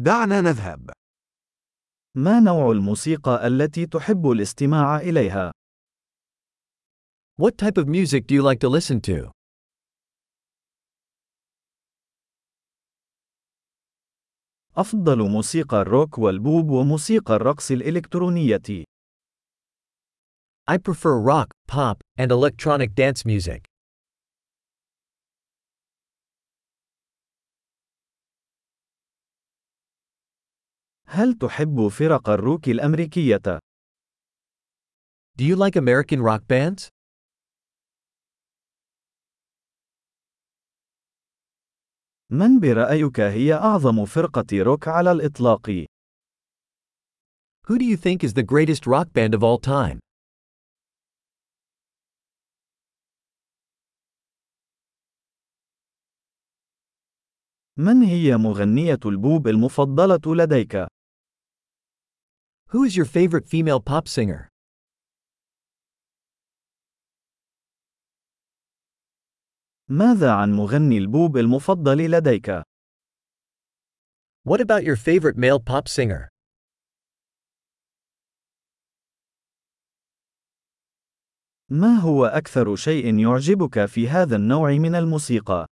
دعنا نذهب. ما نوع الموسيقى التي تحب الاستماع إليها؟ What type of music do you like to listen to? أفضل موسيقى الروك والبوب وموسيقى الرقص الإلكترونية. I prefer rock, pop, and electronic dance music. هل تحب فرق الروك الأمريكية؟ Do you like American rock bands? من برأيك هي أعظم فرقة روك على الإطلاق؟ Who do you think is the greatest rock band of all time? من هي مغنية البوب المفضلة لديك؟ Who is your favorite female pop singer? ماذا عن مغني البوب المفضل لديك؟ What about your favorite male pop singer? ما هو أكثر شيء يعجبك في هذا النوع من الموسيقى؟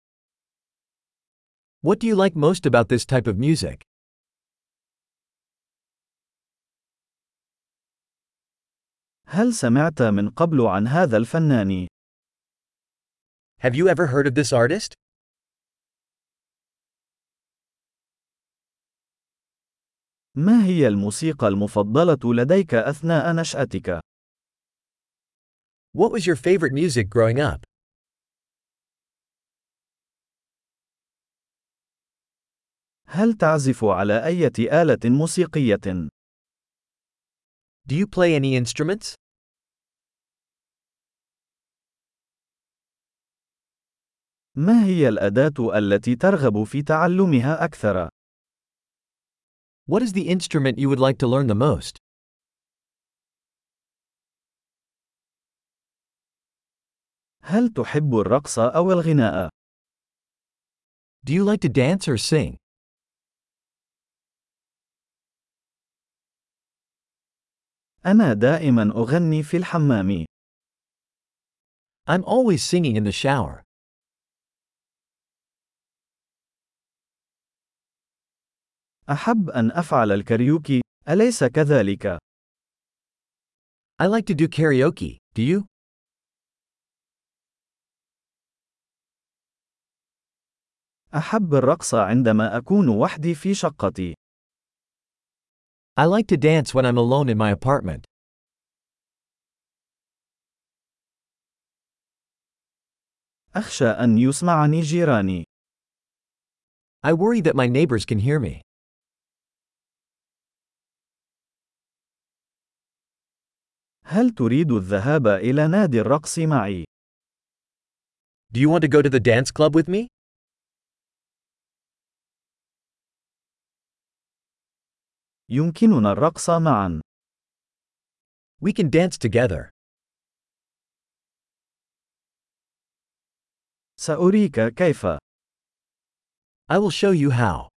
What do you like most about this type of music? هل سمعت من قبل عن هذا الفنان؟ Have you ever heard of this artist? ما هي الموسيقى المفضلة لديك أثناء نشأتك؟ What was your favorite music growing up? هل تعزف على أية آلة موسيقية؟ Do you play any instruments? ما هي الأداة التي ترغب في تعلمها أكثر؟ What is the instrument you would like to learn the most? هل تحب الرقص أو الغناء؟ Do you like to dance or sing? أنا دائما أغني في الحمام. I'm always singing in the shower. أحب أن أفعل الكاريوكي، أليس كذلك؟ I like to do karaoke, do you? أحب الرقص عندما أكون وحدي في شقتي. I like to dance when I'm alone in my apartment. أخشى أن يسمعني جيراني. I worry that my neighbors can hear me. هل تريد الذهاب إلى نادي الرقص معي؟ Do you want to go to the dance club with me? يمكننا الرقص معا. We can dance together. سأريك كيف. I will show you how.